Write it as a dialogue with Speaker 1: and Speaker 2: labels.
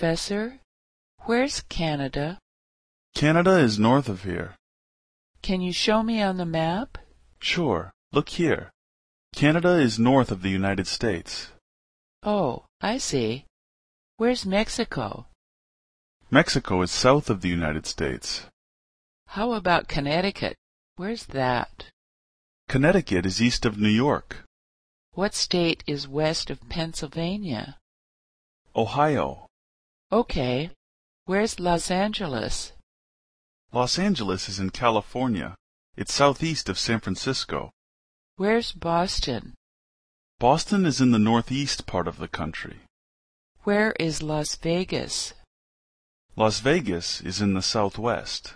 Speaker 1: Professor, where's Canada?
Speaker 2: Canada is north of here.
Speaker 1: Can you show me on the map?
Speaker 2: Sure, look here. Canada is north of the United States.
Speaker 1: Oh, I see. Where's Mexico?
Speaker 2: Mexico is south of the United States.
Speaker 1: How about Connecticut? Where's that?
Speaker 2: Connecticut is east of New York.
Speaker 1: What state is west of Pennsylvania?
Speaker 2: Ohio.
Speaker 1: Okay. Where's Los Angeles?
Speaker 2: Los Angeles is in California. It's southeast of San Francisco.
Speaker 1: Where's Boston?
Speaker 2: Boston is in the northeast part of the country.
Speaker 1: Where is Las Vegas?
Speaker 2: Las Vegas is in the southwest.